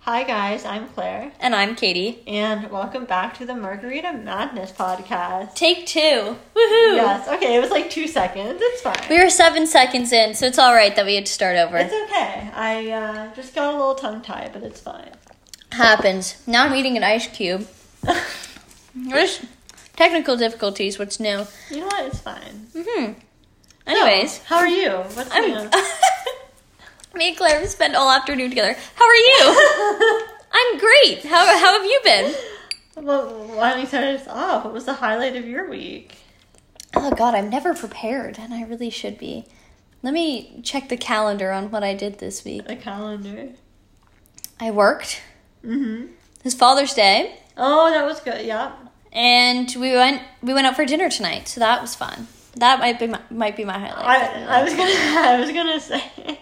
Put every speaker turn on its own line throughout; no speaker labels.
Hi, guys, I'm Claire,
And I'm Katie.
and welcome back to the Margarita Madness podcast.
Take two. Woohoo!
Yes, okay, it was like two seconds. It's fine.
We were seven seconds in, so it's all right that we had to start over.
it's okay. I uh, just got a little tongue tied, but it's fine.
Happens. Now I'm eating an ice cube. There's technical difficulties. What's new?
You know what? It's fine.
Hmm. Anyways,
So, how are you? What's
I'm. Me and Claire have spent all afternoon together. How are you?
new?
I'm great. How How have you been?
well, why don't you start us off? What was the highlight of your week?
Oh God, I'm never prepared, and I really should be. Let me check the calendar on what I did this week.
The calendar.
I worked.
Mm-hmm.
It was Father's Day.
Oh, that was good. Yeah.
and we went we went out for dinner tonight, so that was fun. That might be my, might be my highlight.
I, I was gonna I was gonna say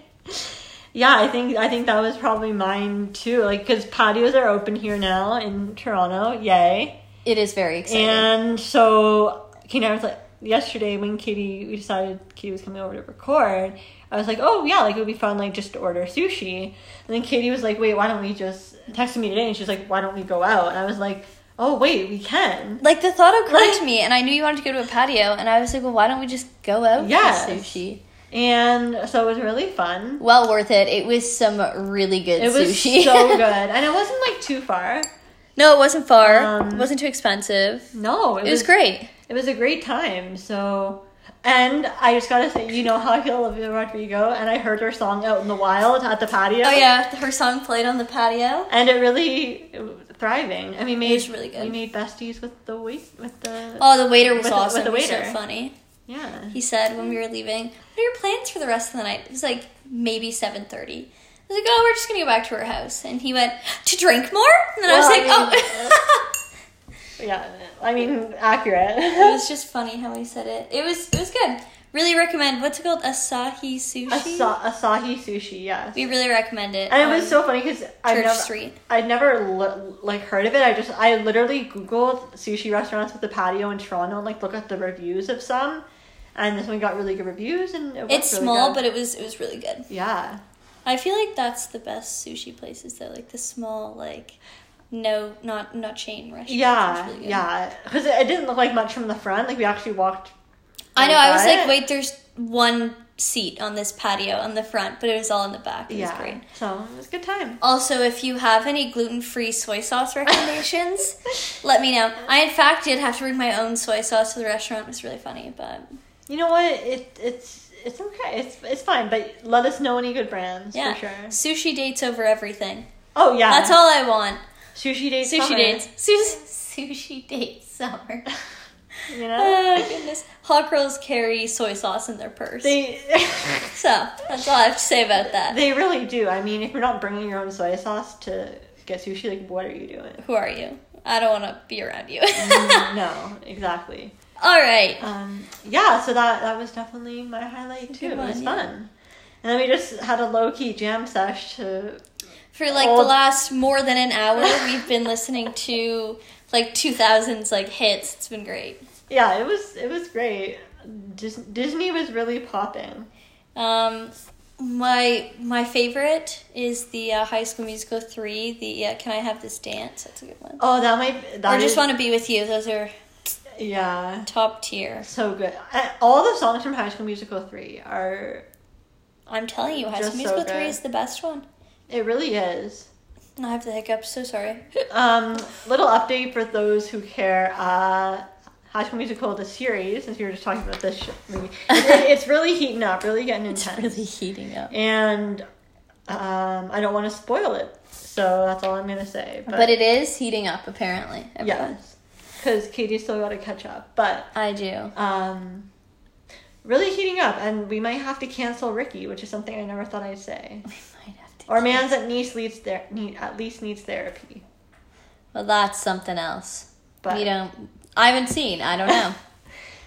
yeah I think I think that was probably mine too like because patios are open here now in Toronto yay
it is very exciting.
and so Katie and I was like yesterday when Katie we decided Katie was coming over to record I was like oh yeah like it would be fun like just to order sushi and then Katie was like wait why don't we just texted me today and she's like why don't we go out and I was like oh wait we can
like the thought occurred to me, and I knew you wanted to go to a patio, and I was like, well, why don't we just go out
Yes.
for sushi?
and so it was really fun
Well worth it. It was some really good
It was
sushi.
so good, and it wasn't like too far.
no, it wasn't far.
Um,
it wasn't too expensive.
No,
It was great.
It was a great time. So, and I just gotta say, you know how I feel Olivia Rodrigo, and I heard her song out in the wild at the patio.
Oh yeah, her song played on the patio.
and it really it was thriving. And we made
was really good.
we made besties with the wait with the
Oh, the waiter was
With the- with
awesome.
the
He was
waiter.
so funny.
yeah.
He said when we were leaving, "What are your plans for the rest of the night?" It was like maybe seven thirty. I was like, "Oh, we're just gonna go back to our house." And he went to drink more, and then I was
Well,
like,
I mean,
"Oh."
Yeah, I mean accurate.
it was just funny how he said it. It was it was good. Really recommend. What's it called? Asahi sushi.
Asa- Asahi sushi, yes.
we really recommend it.
And it
on
was so funny because I
Church
never
Street.
I'd never li- like heard of it. I just I literally googled sushi restaurants with a patio in Toronto and like look at the reviews of some, and this one got really good reviews and it was
It's small, but it was it was really good.
yeah,
I feel like that's the best sushi places though, like the small like no not not chain restaurants. It's
yeah,
really good.
yeah. Because it, it didn't look like much from the front. Like we actually walked.
I know. I was
by
like,
it.
wait, there's one seat on this patio on the front, but it was all in the back. It
yeah.
was great.
So it was a good time.
Also, if you have any gluten-free soy sauce recommendations, let me know. I in fact did have to bring my own soy sauce to the restaurant. It was really funny, but
You know what? It it's it's okay. It's it's fine. But let us know any good brands
yeah,
for sure.
sushi dates over everything.
Oh yeah,
That's all I want.
Sushi dates.
Sushi
summer,
dates. Sus- sushi dates. Summer.
You know
oh goodness. Hot girls carry soy sauce in their purse.
they.
so that's all I have to say about that.
They really do. I mean, if you're not bringing your own soy sauce to get sushi, like, what are you doing?
Who are you? I don't want to be around you.
Mm, no, exactly.
All right.
Um, yeah, so that that was definitely my highlight too.
Good
it
one,
was
yeah.
fun, and then we just had a low key jam sesh to
For like
Old-
the last more than an hour, we've been listening to like 2000s like hits. It's been great.
yeah. It was it was great. Dis- Disney was really popping.
Um my my favorite is the uh, High School Musical 3, the uh, Can I Have This Dance? That's a good one.
Oh, that might that
I just
is-
want to be with you. Those are
yeah,
top tier.
so good. I, all the songs from High School Musical three are
I'm telling you, High
Just
School
so
Musical
good.
3 is the best one.
it really is.
And I have the hiccups, so sorry.
Um, little update for those who care. Uh, High School Musical, the series, since we were just talking about this sh- movie, it, it's really heating up, really getting intense.
heating up.
and um, I don't want to spoil it, so that's all I'm gonna say. But,
But, it is heating up apparently. everyone.
yes, because Katie's still got to catch up, but
I do.
um, really heating up, and we might have to cancel Ricky, which is something I never thought I'd say.
We might have to.
Or man's at least needs ther- need, at least needs therapy.
Well, that's something else.
But
you don't. I haven't seen. I don't know.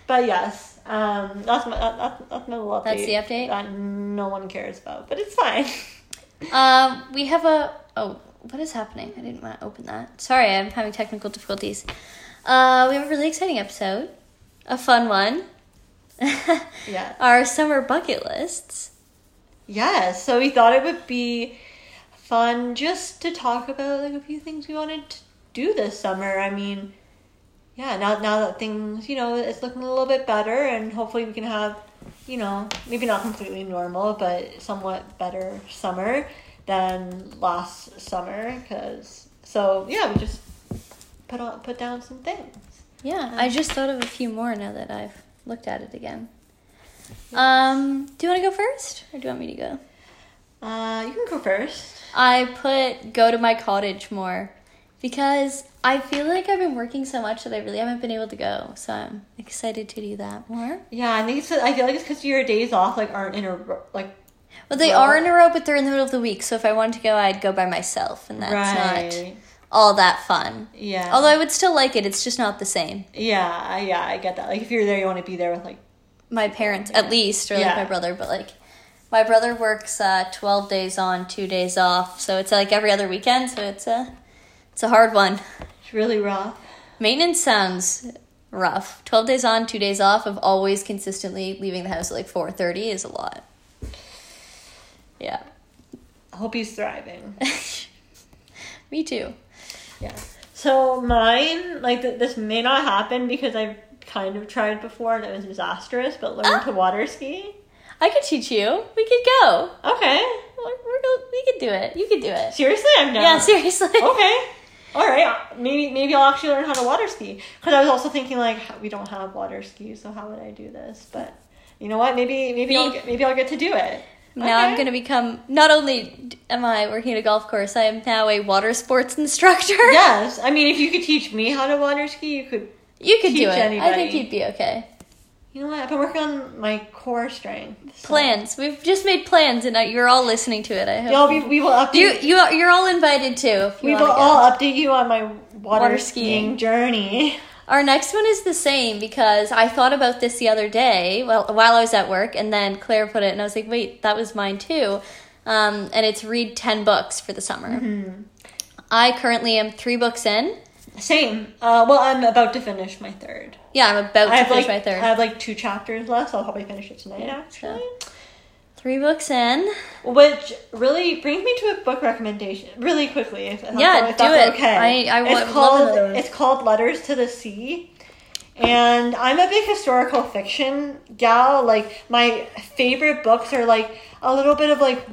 But yes, um, that's my that, that, that's my little update.
That's the update?
that no one cares about, but it's fine.
um, we have a. Oh, what is happening? I didn't want to open that. Sorry, I'm having technical difficulties. Uh, we have a really exciting episode, a fun one.
Yeah.
Our summer bucket lists.
yes, so we thought it would be fun just to talk about like a few things we wanted to do this summer. I mean, yeah, now now that things, you know, it's looking a little bit better and hopefully we can have, you know, maybe not completely normal, but somewhat better summer than last summer cuz so yeah, we just put on put down some things.
Yeah, I just thought of a few more now that I've looked at it again. Um, do you want to go first, or do you want me to go?
Uh, you can go first.
I put go to my cottage more because I feel like I've been working so much that I really haven't been able to go. So I'm excited to do that more.
Yeah, I think it's. I feel like it's because your days off like aren't in a ro- like.
Well, they
Well-
are in a row, but they're in the middle of the week. So if I wanted to go, I'd go by myself, and that's not
right.
all that fun.
Yeah.
Although I would still like it, it's just not the same.
Yeah, I- yeah, I get that. Like if you're there, you want to be there with like.
My parents, at least, or like
Yeah.
my brother, but like my brother works uh, twelve days on, two days off, so it's like every other weekend. So it's a it's a hard one.
It's really rough.
Maintenance sounds rough. Twelve days on, two days off of always consistently leaving the house at like four thirty is a lot. Yeah,
I hope he's thriving.
me too.
Yeah. So mine, like th- this may not happen because I've kind of tried before and it was disastrous. But learn
Ah.
to water ski.
I could teach you. We could go.
Okay.
We're, we're, go- we could do it. You could do it.
Seriously, I'm down.
Yeah, seriously.
Okay. All right. Maybe maybe I'll actually learn how to water ski because I was also thinking like h- we don't have water skis, so how would I do this? But you know what? Maybe maybe I'll
Me-
get, maybe I'll get to do it.
Now I'm
Okay.
going to become. Not only d- am I working at a golf course, I am now a water sports instructor.
Yes, I mean if you could teach me how to water ski, you could
you could do
Teach
it. I think
anybody.
you'd be okay.
You know what? I've been working on my core strength. so-
Plans. We've just made plans, and uh, you're all listening to it. I hope.
Yeah, we, we will update.
you you are- you're all invited too. If you
we will
wanna go.
all update you on my water,
Water
skiing.
skiing.
journey.
Our next one is the same because I thought about this the other day, well, while I was at work, and then Claire put it, and I was like, wait, that was mine too. Um, and it's read 10 books for the summer.
Mm-hmm.
I currently am three books in.
Same. Uh, well, I'm about to finish my third.
Yeah, I'm about
I
to
have
finish
like
my third.
I have like two chapters left, so I'll probably finish it tonight.
so-
Actually,
three books in.
which really brings me to a book recommendation really quickly. If, if
Yeah,
if
do
that's
it.
Okay,
I- I would love
it's called
another one.
it's called Letters to the Sea. And I'm a big historical fiction gal. Like my favorite books are like a little bit of like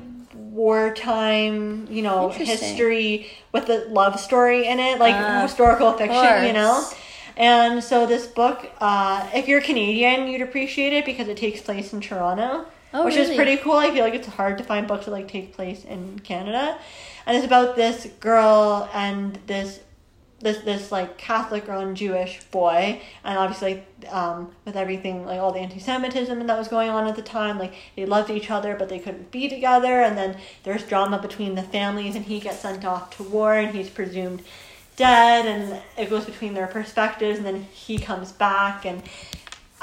wartime, you know,
Interesting.
history with a love story in it, like
Ah,
historical fiction, you know.
course.
And so this book, uh, if you're Canadian, you'd appreciate it because it takes place in Toronto,
Oh,
which
really?
is pretty cool. I feel like it's hard to find books that like take place in Canada, and it's about this girl and this this this like Catholic girl and Jewish boy, and obviously um, with everything like all the anti-Semitism that was going on at the time, like they loved each other but they couldn't be together, and then there's drama between the families, and he gets sent off to war, and he's presumed dead, and it goes between their perspectives, and then he comes back, and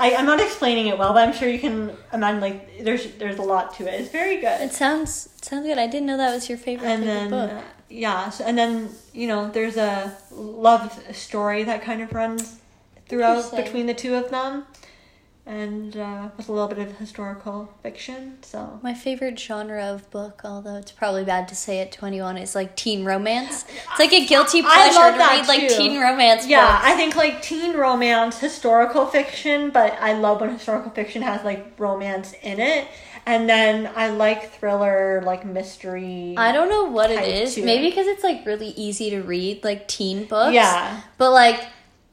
I, I'm not explaining it well, but I'm sure you can imagine like there's there's a lot to it. It's very good
It sounds sounds good. I didn't know that was your favorite
and
type of
then uh,
book.
yeah so, and then you know there's a love story that kind of runs throughout
Interesting.
between the two of them and uh, with a little bit of historical fiction so
My favorite genre of book, although it's probably bad to say at 21, is like teen romance. It's like a guilty
I love
pleasure to
that
read like
too.
teen romance
yeah
books.
i think like teen romance historical fiction but i love when historical fiction has like romance in it and then i like thriller like mystery
I don't know what it
type
is.
to
Maybe
it.
because it's like really easy to read, like teen books.
Yeah.
But like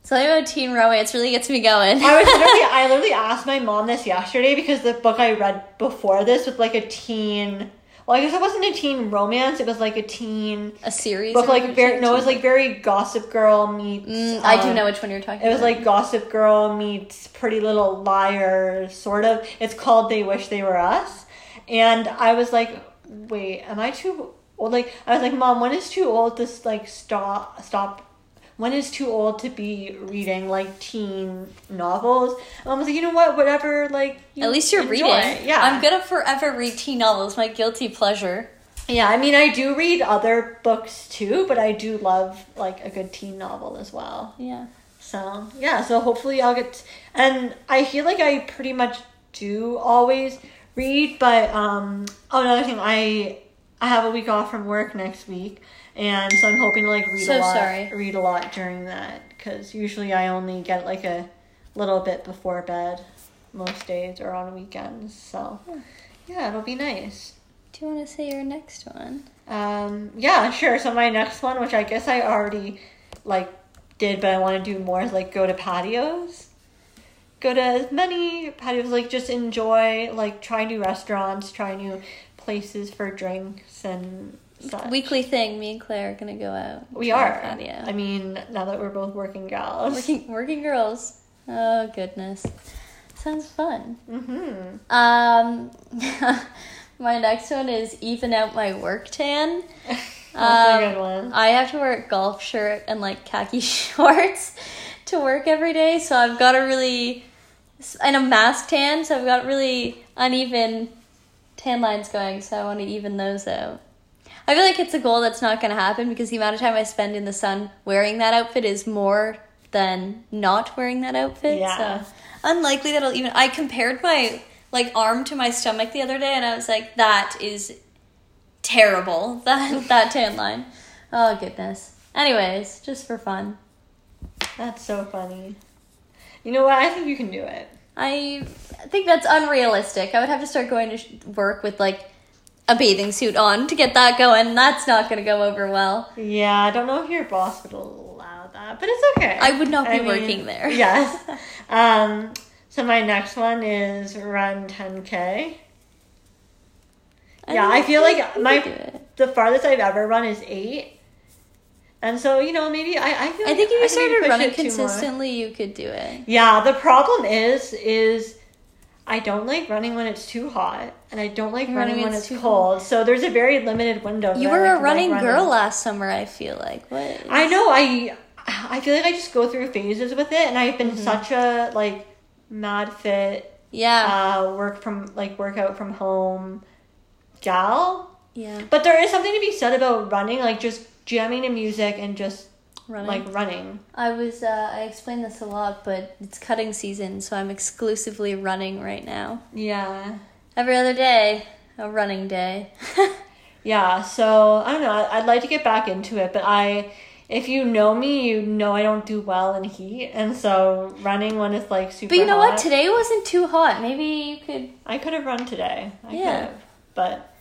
something about teen romance really gets me going.
I was literally, I literally asked my mom this yesterday because the book I read before this was like a teen. Well, I guess it wasn't a teen romance. It was like a teen
a series.
book,
or
like very
something?
no, it was like very Gossip Girl meets.
Mm, I do
um,
know which one you're talking.
It was
about.
like Gossip Girl meets Pretty Little Liars, sort of. It's called They Wish They Were Us, and I was like, wait, am I too old? Like I was like, mom, when is too old to s- like stop stop? When is too old to be reading like teen novels? Mom was like, you know what? Whatever, like you
At least you're
enjoy."
reading.
Yeah,
I'm gonna forever read teen novels. My guilty pleasure.
Yeah, I mean, I do read other books too, but I do love like a good teen novel as well.
Yeah.
So yeah, so hopefully I'll get and I feel like I pretty much do always read, but um oh, another thing I I have a week off from work next week, and so I'm hoping to like read
So
a lot,
sorry.
read a lot during that because usually I only get like a little bit before bed most days or on weekends. So
Hmm.
yeah, it'll be nice.
Do you want to say your next one?
Um, yeah, sure. So my next one, which I guess I already like did, but I want to do more, is like go to patios. Go to as many patios, like just enjoy, like try new restaurants, try new places for drinks and such.
Weekly thing. Me and Claire are gonna go out.
Uh, we
to our
are.
patio.
I mean, now that we're both working gals.
working working girls. Oh goodness, sounds fun.
Mm-hmm.
Um, my next one is even out my work tan.
That's a
Um,
good one.
I have to wear a golf shirt and like khaki shorts to work every day, so I've got a really and a mask tan, so I've got really uneven tan lines going, so I want to even those out. I feel like it's a goal that's not going to happen because the amount of time I spend in the sun wearing that outfit is more than not wearing that outfit.
Yeah.
So unlikely that I'll even. I compared my like arm to my stomach the other day, and I was like, that is terrible. That that tan line. Oh goodness. Anyways, just for fun,
That's so funny. You know what? I think you can do it.
I think that's unrealistic. I would have to start going to sh- work with like a bathing suit on to get that going. That's not going to go over well.
Yeah, I don't know if your boss would allow that, but it's okay.
I would not be working there.
yes. Um, so my next one is run 10k. Yeah,
don't
I feel
think
like
we
my-
could do it.
The farthest I've ever run is eight, and so you know maybe I I feel
I think if
I
you started
push
running
it two more.
consistently, you could do it.
Yeah, the problem is is I don't like running when it's too hot, and I don't like
Running
running,
when
when
it's
it's,
too
cold. So there's a very limited window.
You
that I
were
can
a
like
running
run in.
girl last summer. I feel like what?
I know. I I feel like I just go through phases with it, and I've
Mm-hmm.
been such a like mad fit
yeah,
uh, work from like workout from home gal.
yeah,
But there is something to be said about running, like just jamming to music and just
running.
like running.
I was. Uh, I explain this a lot, but it's cutting season, so I'm exclusively running right now.
Yeah.
Every other day, a running day.
Yeah, so I don't know. I- I'd like to get back into it, but I, if you know me, you know I don't do well in heat, and so running when it's like super.
but you know
hot-
what? Today wasn't too hot. Maybe you could.
I could have run today. I
Yeah.
could have, but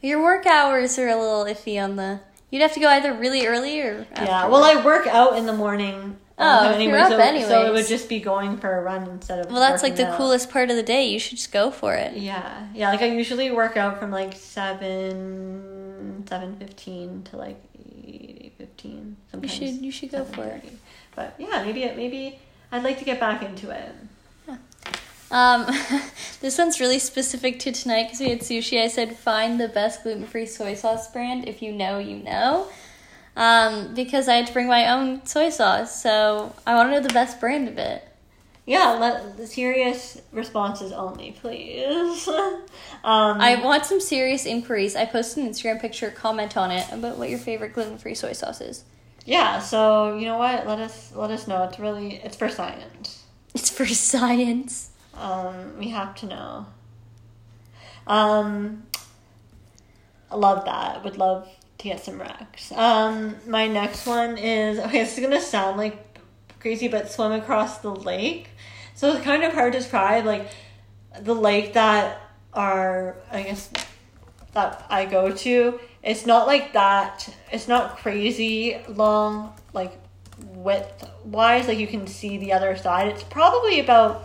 Your work hours are a little iffy on the. You'd have to go either really early or.
yeah.
after
Well, I
work.
work out in the morning.
Oh,
um,
if you're up
so, so it
anyways.
would just be going for a run instead of.
Well, that's like
working
the
out.
coolest part of the day. You should just go for it.
Yeah, yeah. Like I usually work out from like seven, seven fifteen to like eight, eight fifteen.
You
Sometimes
should. You should go for it.
7:30. But yeah, maybe it- maybe I'd like to get back into it.
Um, this one's really specific to tonight because we had sushi. I said, find the best gluten free soy sauce brand. If you know, you know. Um, because I had to bring my own soy sauce, so I want to know the best brand of it.
Yeah, let the serious responses only, please. um,
I want some serious inquiries. I posted an Instagram picture, comment on it about what your favorite gluten free soy sauce is.
yeah. So you know what? Let us let us know. It's really it's for science.
It's for science.
Um, we have to know. Um, I love that. Would love to get some racks. Um, my next one is okay. This is gonna sound like crazy, but swim across the lake. So it's kind of hard to describe, like the lake that are I guess that I go to. It's not like that. It's not crazy long, like width wise. Like you can see the other side. It's probably about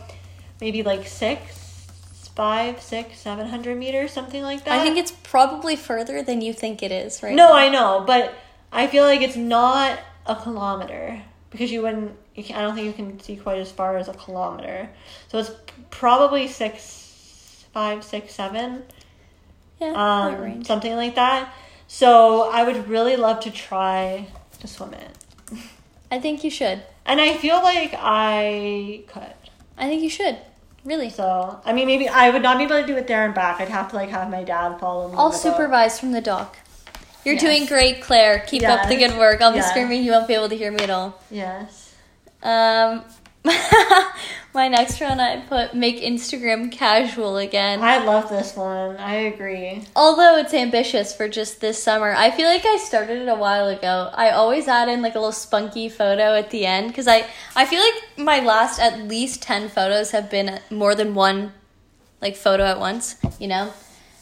maybe like six, five, six, seven hundred meters, something like that.
I think it's probably further than you think it is, right?
No, I know, but I feel like it's not a kilometer because you wouldn't. You can, I don't think you can see quite as far as a kilometer. So it's probably six, five, six, seven,
Yeah, that
um,
range.
something like that. So I would really love to try to swim it,
I think you should.
and I feel like I could.
I think you should. Really.
So I mean, maybe I would not be able to do it there and back. I'd have to like have my dad follow me.
I'll
with a-
supervise from the dock. You're
uh, Yes.
doing great, Claire. Keep up the
Yes.
good work. I'll be
Yeah.
screaming. You won't be able to hear me at all.
Yes.
Um, My next one, I put make Instagram casual again.
I love this one. I agree.
Although it's ambitious for just this summer, I feel like I started it a while ago. I always add in like a little spunky photo at the end because I I feel like my last at least ten photos have been more than one like photo at once, you know,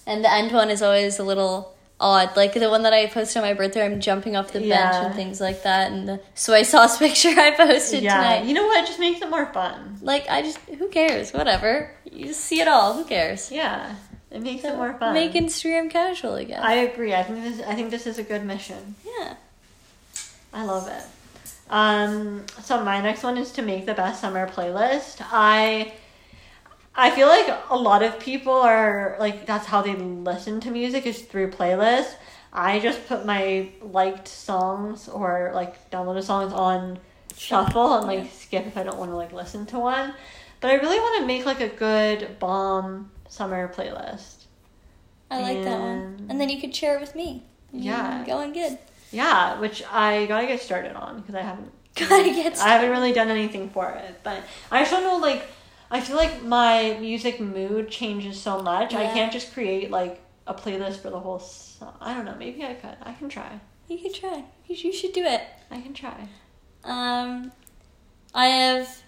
and the end one is always a little odd. Like the one that I posted on my birthday, I'm jumping off the bench
Yeah.
and things like that, and the soy sauce picture I posted
yeah.
tonight.
You know what? It just makes it more fun.
Like I just who cares? Whatever. You just see it all. Who cares?
Yeah. It makes it more fun.
Make Instagram casual again.
I agree. I think this I think this is a good mission.
yeah.
I love it. Um, so my next one is to make the best summer playlist. I I feel like a lot of people are like that's how they listen to music is through playlists. I just put my liked songs or like downloaded songs on shuffle and like skip if I don't want to like listen to one. But I really want to make like a good bomb summer playlist.
I like that one. And then you could share it with me.
Yeah.
Mm, Going good.
Yeah, which I gotta get started on because I haven't.
Gotta get
I haven't really done anything for it, but I just don't know. Like, I feel like my music mood changes so much. I
Yeah.
can't just create like a playlist for the whole. So- I don't know. Maybe I could. I can try.
You could try. You sh- you should do it.
I can try.
Um, I have,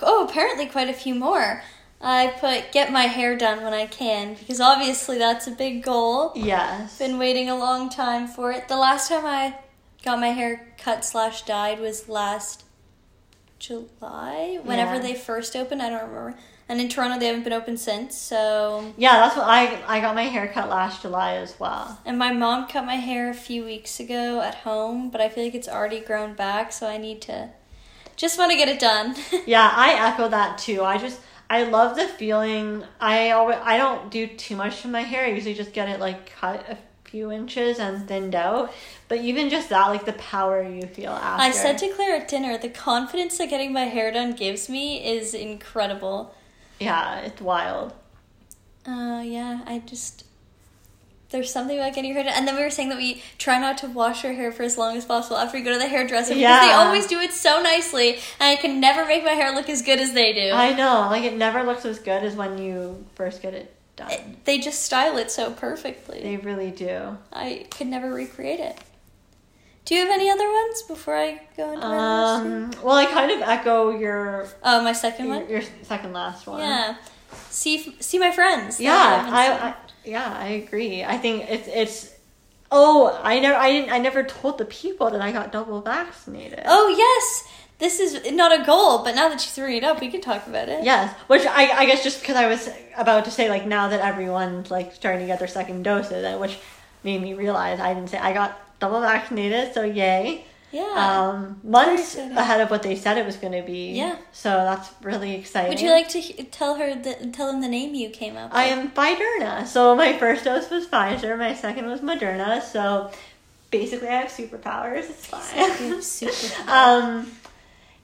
oh, apparently quite a few more. I put get my hair done when I can because obviously that's a big goal.
Yes.
Been waiting a long time for it. The last time I got my hair cut slash dyed was last July, whenever
Yeah.
they first opened. I don't remember. And in Toronto, they haven't been open since. So,
yeah, that's what I I got my hair cut last July as well.
and my mom cut my hair a few weeks ago at home, but I feel like it's already grown back, so I need to just want to get it done.
Yeah, I echo that too. I just I love the feeling. I always I don't do too much to my hair. I usually just get it like cut a few inches and thinned out. But even just that, like the power you feel after.
I said to Claire at dinner, the confidence that getting my hair done gives me is incredible.
yeah, it's wild.
Uh, yeah, I just. There's something about getting your hair done. And then we were saying that we try not to wash our hair for as long as possible after we go to the hairdresser because they
Yeah.
always do it so nicely, and I can never make my hair look as good as they do.
I know, like it never looks as good as when you first get it done.
It- they just style it so perfectly.
they really do.
I could never recreate it. Do you have any other ones before I go into my last one?
Um, well, I kind of echo your
Oh, my second
your,
one?
your second last one.
Yeah. See, f- see my friends. that
yeah
haven't seen.
I, I yeah i agree i think it's it's oh i never i didn't i never told the people that i got double vaccinated
Oh yes, this is not a goal, but now that you threw it up, we can talk about it.
yes which i i guess just because i was about to say like now that everyone's like starting to get their second doses and which made me realize i didn't say i got double vaccinated so yay
Yeah.
um months
exciting.
ahead of what they said it was going to be
Yeah.
so that's really exciting
Would you like to he- tell her the, tell them the name you came up?
I
with?
am Fiderna. So my first dose was Pfizer, my second was Moderna. So basically, I have superpowers. It's fine.
Super.
um,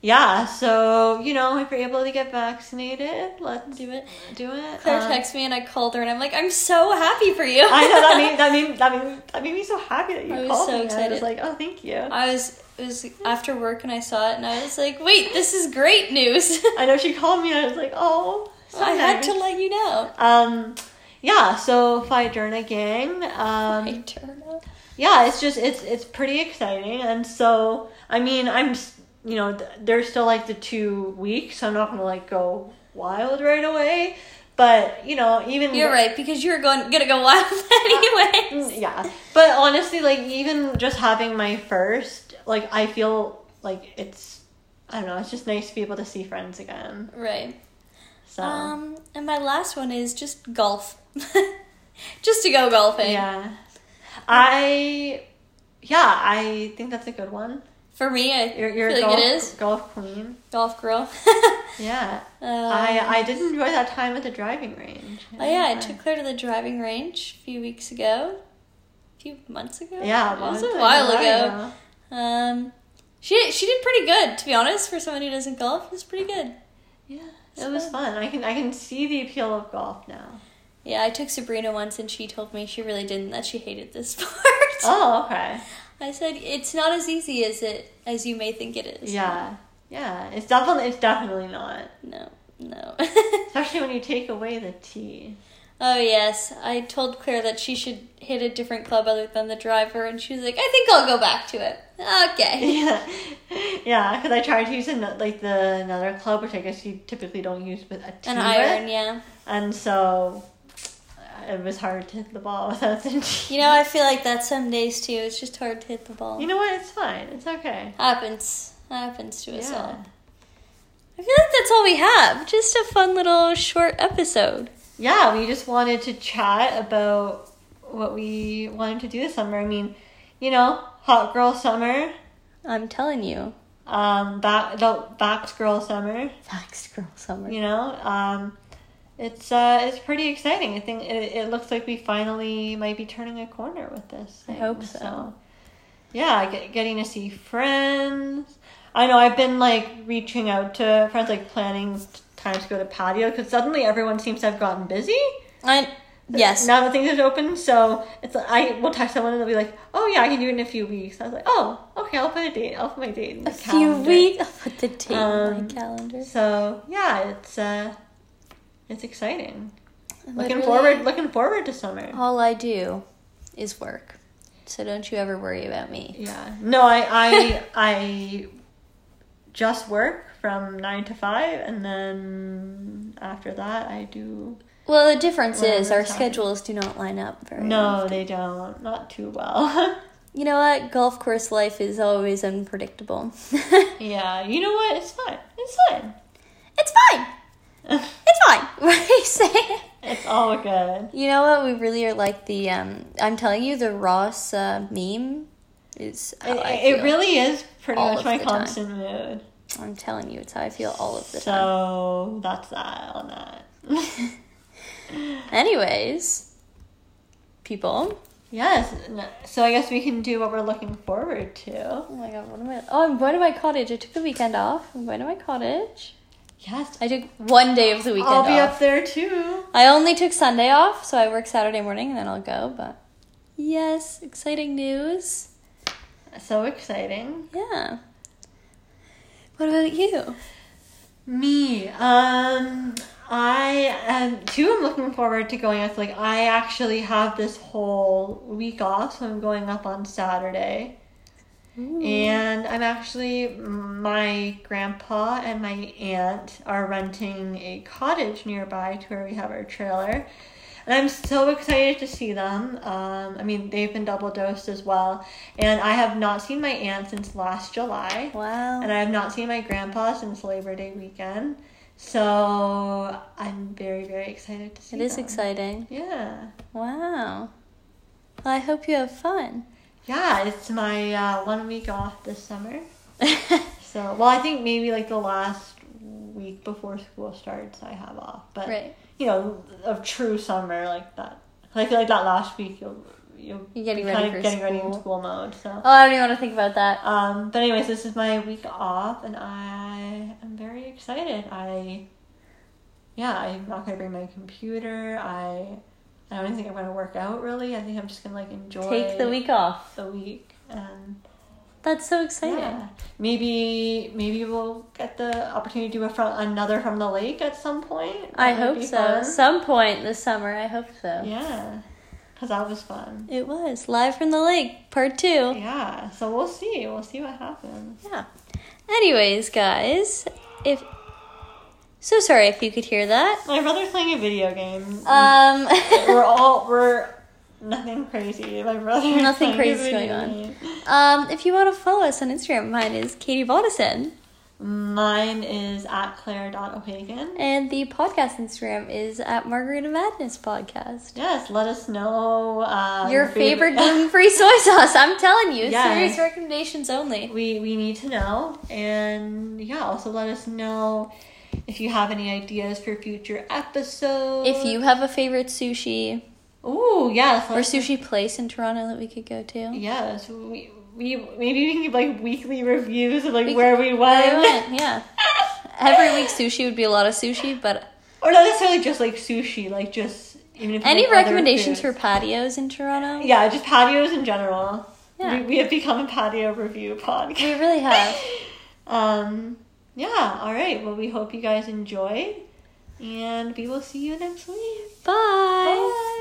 yeah. So you know, if you're able to get vaccinated, let's
Do it.
do it.
Claire
Um,
texts me and I called her and I'm like, I'm so happy for you.
I know that made that made that made that made me so happy that you
I was
called
so
me. I
excited.
was like, oh, thank you.
I was it was after work and I saw it and I was like, wait, this is great news.
I know she called me. and I was like, oh, so
I had
nice.
to let you know.
Um, yeah. So Fiderna gang. Um,
I turned up.
yeah, it's just it's it's pretty exciting, and so I mean I'm s- you know th- there's still like the two weeks, so I'm not gonna like go wild right away, but you know even
You're right because you're going gonna go wild anyway.
Mm, yeah, but honestly, like even just having my first, like I feel like it's I don't know, it's just nice to be able to see friends again.
Right.
So
Um, and my last one is just golf. just to go golfing.
yeah, I yeah I think that's a good one.
For me, I
You're, you're a
feel like
golf,
it is
golf queen.
golf girl.
Yeah.
Uh,
I I did enjoy that time at the driving range.
oh yeah, I took Claire to the driving range a few weeks ago, a few months ago.
Yeah,
it was
well,
a while ago. Um, she she did pretty good to be honest for someone who doesn't golf. It was pretty good.
Yeah,
It's
it was
fun.
fun. I can I can see the appeal of golf now.
Yeah, I took Sabrina once and she told me she really didn't that she hated this sport.
Oh, okay.
I said it's not as easy as it as you may think it is.
Yeah. Yeah, it's definitely it's definitely not.
No, no.
Especially when you take away the tea.
oh, yes. I told Claire that she should hit a different club other than the driver, and she was like, I think I'll go back to it. Okay.
Yeah, yeah. Because I tried to use ano- like the another club, which I guess you typically don't use with a tea.
An
wet,
iron, yeah.
And so uh, it was hard to hit the ball without the tea.
You know, I feel like that some days too. It's just hard to hit the ball.
You know what? It's fine. It's okay.
happens. Happens to us
Yeah.
all. I feel like that's all we have. Just a fun little short episode.
yeah, we just wanted to chat about what we wanted to do this summer. I mean, you know, hot girl summer,
I'm telling you.
um, back the box girl summer.
Facts girl summer.
You know, um, it's uh, it's pretty exciting. I think it, it looks like we finally might be turning a corner with this.
I
thing.
hope so.
yeah, get, getting to see friends. I know I've been like reaching out to friends, like planning times to go to patio because suddenly everyone seems to have gotten busy.
I yes.
Now that things are open, so it's like, I will text someone and they'll be like, "Oh yeah, I can do it in a few weeks." I was like, "Oh, okay, I'll put a date. I'll put my date in the
a few
calendar."
weeks. I'll put the date on
Um,
my calendar.
So yeah, it's uh, it's exciting.
Literally, Oh.
Looking forward, looking forward to summer.
All I do is work. So don't you ever worry about me.
Yeah. No, I I I just work from nine to five, and then after that, I do.
Well, the difference
Well,
is our
that's fine.
schedules do not line up very
No,
often.
they don't. Not too well.
You know what? Golf course life is always unpredictable.
yeah. You know what? It's fine. It's fine.
It's fine. It's fine. What do you say?
it's all good.
You know what? We really are like the. Um, I'm telling you, the Ross uh, meme is. How
It,
I
it
feel.
really is pretty
all
much
of
my
the time.
constant mood.
I'm telling you, it's how I feel all of the time.
So that's that on that.
Anyways, people.
yes. n- So I guess we can do what we're looking forward to.
Oh my god, what am I? Oh, I'm going to my cottage. I took the weekend off. I'm going to my cottage.
Yes.
I took one day of the weekend
I'll be
off.
up there too.
I only took Sunday off, so I work Saturday morning and then I'll go. But yes, exciting news.
So exciting.
Yeah. What about you?
Me. Um I um too am looking forward to going out. Like I actually have this whole week off, so I'm going up on Saturday.
Mm.
And I'm actually, my grandpa and my aunt are renting a cottage nearby to where we have our trailer. And I'm so excited to see them. Um, I mean, they've been double dosed as well. And I have not seen my aunt since last July.
Wow.
And I have not seen my grandpa since Labor Day weekend. So I'm very, very excited to see
It is
them.
exciting.
Yeah.
Wow. Well, I hope you have fun.
Yeah, it's my uh, one week off this summer. So, well, I think maybe like the last week before school starts, I have off. But
Right.
you know, of true summer like that. 'Cause I feel like that last week you'll you'll
You're getting
be
ready
kinda
for
getting ready in
school.
school mode. So,
Oh, I don't even want to think about that.
um, but anyways, this is my week off, and I am very excited. I, yeah, I'm not gonna bring my computer. I, I don't even think I'm gonna work out really. I think I'm just gonna like enjoy
Take the week off.
the week and.
That's so exciting.
Yeah. Maybe maybe we'll get the opportunity to do a from another from the lake at some point.
I
That would
hope
be
so.
fun.
Some point this summer, I hope so.
Yeah. Cuz that was fun.
It was live from the lake, part two.
Yeah. So we'll see. We'll see what happens.
Yeah. Anyways, guys, if so sorry if you could hear that.
My brother's playing a video game.
Um,
we're all we're nothing crazy. My brother is
Nothing
playing a
crazy
video
going on.
game.
um, if you want to follow us on Instagram, mine is Katie Bodison,
Mine is at claire.o'hagan.
and the podcast Instagram is at Margarita Madness Podcast.
Yes, let us know um,
Your favorite gluten free soy sauce. I'm telling you,
Yeah.
serious recommendations only.
we we need to know and yeah also let us know if you have any ideas for future episodes
If you have a favorite sushi
oh yes
or
let-
sushi place in Toronto that we could go to,
yes we, we maybe we can give like weekly reviews of like
We
where we went,
I went. Yeah, every week sushi would be a lot of sushi, but
or not necessarily just like sushi like just even if
any
like, other
recommendations for
foods.
patios in Toronto?
yeah just patios in general
Yeah.
we, we have become a patio review podcast
We really have.
um Yeah, all right. Well, we hope you guys enjoyed, and we will see you next week.
Bye.
Bye.